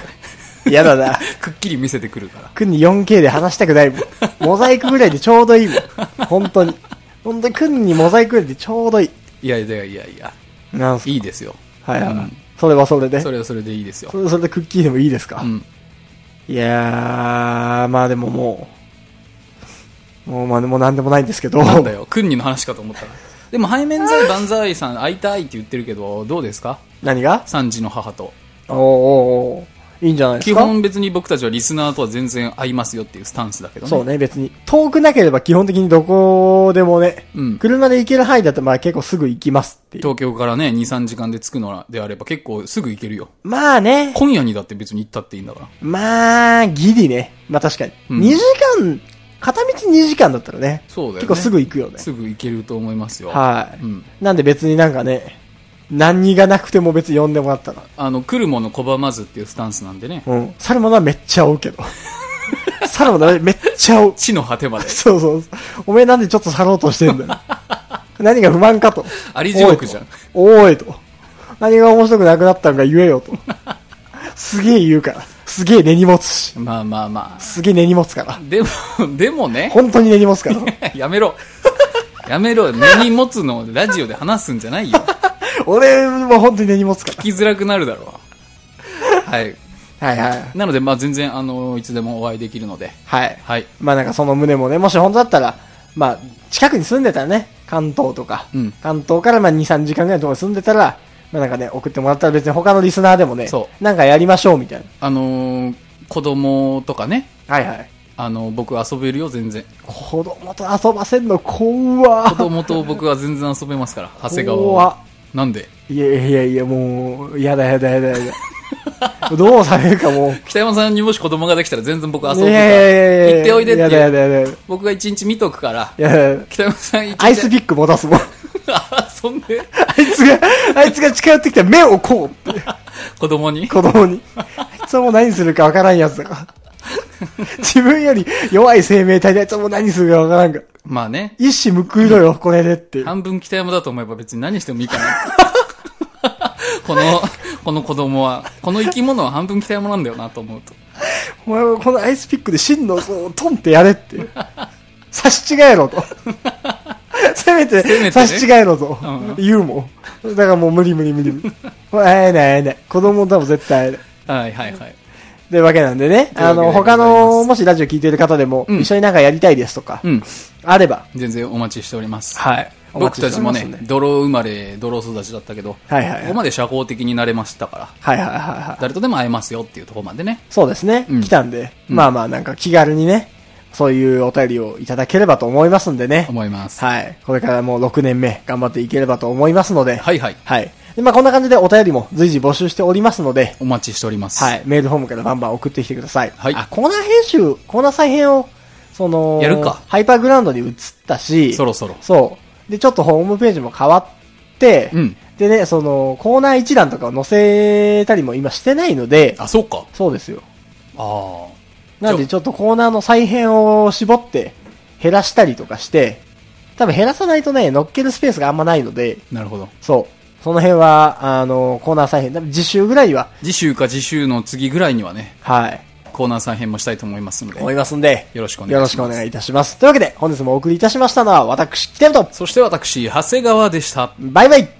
[SPEAKER 2] 嫌だな。
[SPEAKER 1] くっきり見せてくるから。
[SPEAKER 2] くんに 4K で話したくないもん。モザイクぐらいでちょうどいいもん。本当に。本当にくんにモザイクぐらいでちょうどいい。
[SPEAKER 1] いやいやいやいや、
[SPEAKER 2] なんすか
[SPEAKER 1] いいですよ。
[SPEAKER 2] はいはい、は
[SPEAKER 1] う
[SPEAKER 2] い
[SPEAKER 1] ん
[SPEAKER 2] それはそれで。そ
[SPEAKER 1] そ
[SPEAKER 2] れ
[SPEAKER 1] れはそれでいいですよ。
[SPEAKER 2] それでクッキーでもいいですか、
[SPEAKER 1] うん。
[SPEAKER 2] いやー、まあでももう、もうまあでもなんでもないんですけど。
[SPEAKER 1] なんだ よ、クンニの話かと思ったら。でも、背面剤万歳さん、会いたいって言ってるけど、どうですか
[SPEAKER 2] 何が
[SPEAKER 1] 三児の母と。
[SPEAKER 2] おーおーおーいいんじゃないです
[SPEAKER 1] 基
[SPEAKER 2] か
[SPEAKER 1] 本別に僕たちはリスナーとは全然会いますよっていうスタンスだけどね。
[SPEAKER 2] そうね、別に。遠くなければ基本的にどこでもね、
[SPEAKER 1] うん
[SPEAKER 2] 車で行ける範囲だとまあ結構すぐ行きますっていう。
[SPEAKER 1] 東京からね、2、3時間で着くのであれば結構すぐ行けるよ。
[SPEAKER 2] まあね、
[SPEAKER 1] 今夜にだって別に行ったっていいんだから。
[SPEAKER 2] まあ、ギリね。まあ確かに。
[SPEAKER 1] うん
[SPEAKER 2] 2時間、片道2時間だったらね、
[SPEAKER 1] そうだよ、ね。
[SPEAKER 2] 結構すぐ行くよね。
[SPEAKER 1] すぐ行けると思いますよ。
[SPEAKER 2] はい、
[SPEAKER 1] うん。
[SPEAKER 2] なんで別になんかね、何がなくても別に呼んでもらったら。
[SPEAKER 1] あの、来るもの拒まずっていうスタンスなんでね。
[SPEAKER 2] うん。去るものはめっちゃ追うけど。去るものはめっちゃ追う。
[SPEAKER 1] 地の果てまで。
[SPEAKER 2] そうそうそう。おめえなんでちょっと去ろうとしてん だよ。何が不満かと。
[SPEAKER 1] あり地獄じゃん
[SPEAKER 2] おいと。おいと。何が面白くなくなったんか言えよと。すげえ言うから。すげえ根に持つし。
[SPEAKER 1] まあまあます
[SPEAKER 2] げえ根に持つから
[SPEAKER 1] あ。。でも、でもね。
[SPEAKER 2] 本当に根に持つから。
[SPEAKER 1] やめろ。やめろ。根に持つのをラジオで話すんじゃないよ。
[SPEAKER 2] 俺も本当に根に持つか
[SPEAKER 1] 聞きづらくなるだろう。はい。
[SPEAKER 2] ら。はいはい。
[SPEAKER 1] なので、まあ全然、あの、いつでもお会いできるので。
[SPEAKER 2] はい。
[SPEAKER 1] はい。
[SPEAKER 2] まあなんかその胸もね、もし本当だったら、まあ近くに住んでたらね、関東とか、
[SPEAKER 1] うん
[SPEAKER 2] 関東からまあ2、3時間ぐらいのところに住んでたら、まあなんかね、送ってもらったら別に他のリスナーでもね、
[SPEAKER 1] そ
[SPEAKER 2] なんかやりましょうみたい
[SPEAKER 1] あのー子供とかね。
[SPEAKER 2] な。はいはい。
[SPEAKER 1] あの、僕遊べるよ、全然。
[SPEAKER 2] 子供と遊ばせんの怖
[SPEAKER 1] 子供と僕は全然遊べます から、長谷川
[SPEAKER 2] 怖っ
[SPEAKER 1] は。なんで
[SPEAKER 2] いやいやいや、もう、やだやだやだやだ。 どうされる かもう。
[SPEAKER 1] 北山さんにもし子供ができたら全然僕遊ぶ
[SPEAKER 2] い
[SPEAKER 1] から。
[SPEAKER 2] やいやいやいや
[SPEAKER 1] 行っておいでって
[SPEAKER 2] やだや
[SPEAKER 1] いう。
[SPEAKER 2] だやだ
[SPEAKER 1] 僕が一日見とくから。
[SPEAKER 2] やだやだ。
[SPEAKER 1] 北山さん一日。
[SPEAKER 2] アイスピック持たすもん。
[SPEAKER 1] 遊んで、
[SPEAKER 2] あいつが、あいつが近寄ってきたら目をこうって。
[SPEAKER 1] 子供に。
[SPEAKER 2] 子供に。あいつはもう何するかわからんやつだから。自分より弱い生命体であいつはもう何するかわからんが。
[SPEAKER 1] まあね。
[SPEAKER 2] 一矢報いろよ、これでっていう。
[SPEAKER 1] 半分北山だと思えば別に何してもいいかな。 この、この子供は、この生き物は半分北山なんだよなと思うと。
[SPEAKER 2] お前はこのアイスピックで芯のそうトンってやれっていう。刺し違えろと。せめて、
[SPEAKER 1] めてね
[SPEAKER 2] 刺し違えろと
[SPEAKER 1] うん。
[SPEAKER 2] 言うもん。だからもう無理無理無理無理。もう会えない会えない。子供とも絶対会えない。
[SPEAKER 1] はいはいはい。
[SPEAKER 2] というわけなんでね。
[SPEAKER 1] というわ
[SPEAKER 2] あ
[SPEAKER 1] けでご
[SPEAKER 2] の、
[SPEAKER 1] ざいます
[SPEAKER 2] 他の、もしラジオ聞いてる方でも、
[SPEAKER 1] うん
[SPEAKER 2] 一緒になんかやりたいですとか、
[SPEAKER 1] うん。
[SPEAKER 2] あれば。
[SPEAKER 1] 全然お待ちしております。
[SPEAKER 2] はいお待
[SPEAKER 1] 僕
[SPEAKER 2] ち
[SPEAKER 1] た
[SPEAKER 2] し
[SPEAKER 1] ち
[SPEAKER 2] て
[SPEAKER 1] も
[SPEAKER 2] ますんで
[SPEAKER 1] ね、泥生まれ、泥育ちだったけど、
[SPEAKER 2] はいはいはい
[SPEAKER 1] ここまで社交的になれましたから、
[SPEAKER 2] はいはいはいはい。
[SPEAKER 1] 誰とでも会えますよっていうところまでね。
[SPEAKER 2] そうですね。
[SPEAKER 1] うん
[SPEAKER 2] 来たんで、まあまあなんか気軽にね、そういうお便りをいただければと思いますんでね。
[SPEAKER 1] 思います。
[SPEAKER 2] はい。これからもう6年目頑張っていければと思いますので。
[SPEAKER 1] はいはい。
[SPEAKER 2] はい。で、まあこんな感じでお便りも随時募集しておりますので、
[SPEAKER 1] お待ちしております。
[SPEAKER 2] はい。メールフォームからバンバン送ってきてください。
[SPEAKER 1] はい
[SPEAKER 2] あ、コーナー編集、コーナー再編を、その、
[SPEAKER 1] やるか
[SPEAKER 2] ハイパーグラウンドに移ったし、
[SPEAKER 1] そろそろ。
[SPEAKER 2] そう。で、ちょっとホームページも変わって、
[SPEAKER 1] うん
[SPEAKER 2] でね、その、コーナー一覧とかを載せたりも今してないので、
[SPEAKER 1] あ、そうか。
[SPEAKER 2] そうですよ。
[SPEAKER 1] あ
[SPEAKER 2] なんでちょっとコーナーの再編を絞って、減らしたりとかして、多分減らさないとね、乗っけるスペースがあんまないので、
[SPEAKER 1] あ。なるほど。
[SPEAKER 2] そう。その辺は、あの、コーナー再編、多分次週ぐらいには、
[SPEAKER 1] 次週か次週の次ぐらいにはね、
[SPEAKER 2] はい、
[SPEAKER 1] コーナー再編もしたいと思いますので、
[SPEAKER 2] 思いますんで、
[SPEAKER 1] よろしくお願いし
[SPEAKER 2] よ
[SPEAKER 1] ま
[SPEAKER 2] ろ
[SPEAKER 1] す。
[SPEAKER 2] しくお願いいたします。というわけで、本日もお送りいたしましたのは、私、北山と、
[SPEAKER 1] そして私、長谷川でした。
[SPEAKER 2] バイバイ